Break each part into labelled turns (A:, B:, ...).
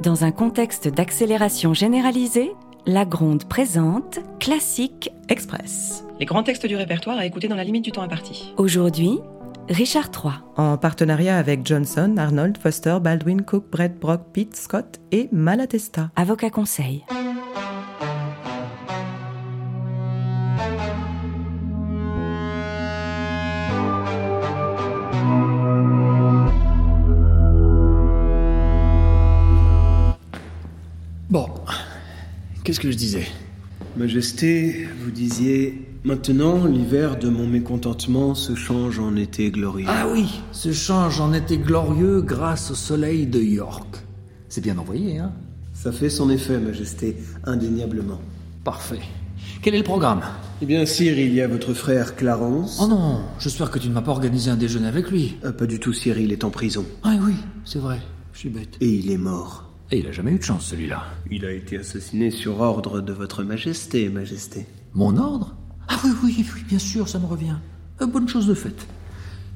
A: Dans un contexte d'accélération généralisée, la Gronde présente Classique Express.
B: Les grands textes du répertoire à écouter dans la limite du temps imparti.
A: Aujourd'hui, Richard III.
C: en partenariat avec Johnson, Arnold, Foster, Baldwin, Cook, Brett, Brock, Pitt, Scott et Malatesta.
A: Avocat conseil.
D: Bon, qu'est-ce que je disais
E: Majesté, vous disiez Maintenant, l'hiver de mon mécontentement se change en été glorieux.
D: Ah oui, ce change en était glorieux grâce au soleil de York. C'est bien envoyé, hein
E: Ça fait son effet, Majesté, indéniablement.
D: Parfait. Quel est le programme
E: Eh bien, sire, il y a votre frère Clarence.
D: Oh non, j'espère que tu ne m'as pas organisé un déjeuner avec lui.
E: Ah, pas du tout, sire, il est en prison.
D: Ah oui, c'est vrai, je suis bête.
E: Et il est mort.
D: Et il a jamais eu de chance, celui-là.
E: Il a été assassiné sur ordre de votre Majesté, Majesté.
D: Mon ordre Ah oui, oui, oui, bien sûr, ça me revient. Euh, bonne chose de faite.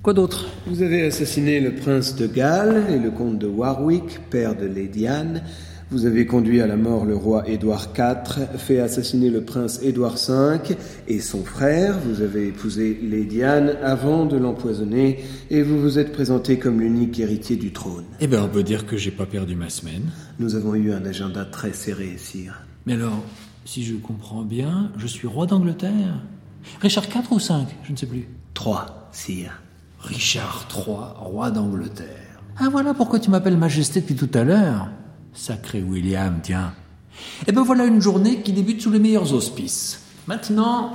D: Quoi d'autre
E: Vous avez assassiné le prince de Galles et le comte de Warwick, père de Lady Anne. Vous avez conduit à la mort le roi Édouard IV, fait assassiner le prince Édouard V et son frère. Vous avez épousé Lady Anne avant de l'empoisonner et vous vous êtes présenté comme l'unique héritier du trône.
F: Eh ben, on peut dire que j'ai pas perdu ma semaine.
E: Nous avons eu un agenda très serré, sire.
D: Mais alors, si je comprends bien, je suis roi d'Angleterre Richard IV ou V Je ne sais plus.
E: Trois, sire.
D: Richard III, roi d'Angleterre. Ah voilà pourquoi tu m'appelles Majesté depuis tout à l'heure. Sacré William, tiens. Eh ben voilà une journée qui débute sous les meilleurs auspices. Maintenant,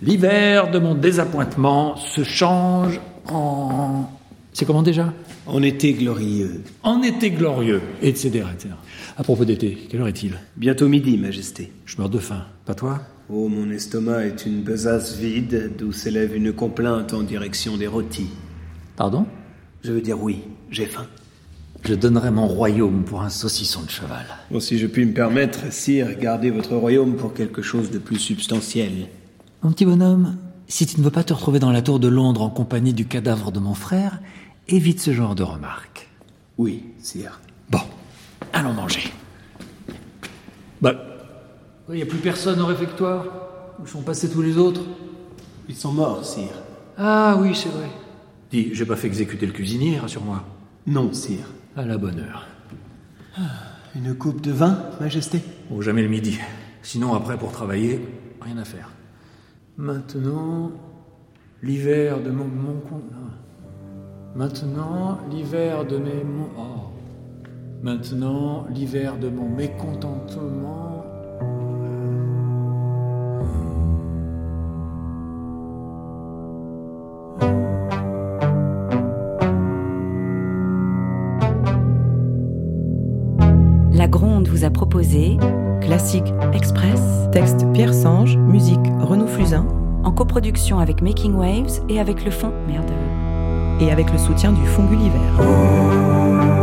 D: l'hiver de mon désappointement se change en... C'est comment déjà
E: En été glorieux.
D: En été glorieux, etc., etc. À propos d'été, quelle heure est-il
E: Bientôt midi, Majesté.
D: Je meurs de faim. Pas toi
E: Oh, mon estomac est une besace vide d'où s'élève une complainte en direction des rôtis.
D: Pardon
E: Je veux dire oui, j'ai faim.
D: Je donnerais mon royaume pour un saucisson de cheval.
E: Bon, si je puis me permettre, sire, gardez votre royaume pour quelque chose de plus substantiel.
D: Mon petit bonhomme, si tu ne veux pas te retrouver dans la tour de Londres en compagnie du cadavre de mon frère, évite ce genre de remarques.
E: Oui, sire.
D: Bon, allons manger. Bah. Il n'y a plus personne au réfectoire Où sont passés tous les autres
E: Ils sont morts, sire.
D: Ah oui, c'est vrai. Dis, j'ai pas fait exécuter le cuisinier, rassure-moi.
E: Non, sire.
D: À la bonne heure.
E: Une coupe de vin, Majesté
D: Bon, jamais le midi. Sinon, après, pour travailler, rien à faire. Maintenant, l'hiver de mon... mon con- non. Maintenant, l'hiver de mes... mon- oh. Maintenant, l'hiver de mon mécontentement...
A: La Gronde vous a proposé
C: Classique.
A: Express
C: Texte Pierre Sange, musique Renaud Fusain
A: en coproduction avec Making Waves et avec le fond Merde.
C: et avec le soutien du Fonds Gulliver.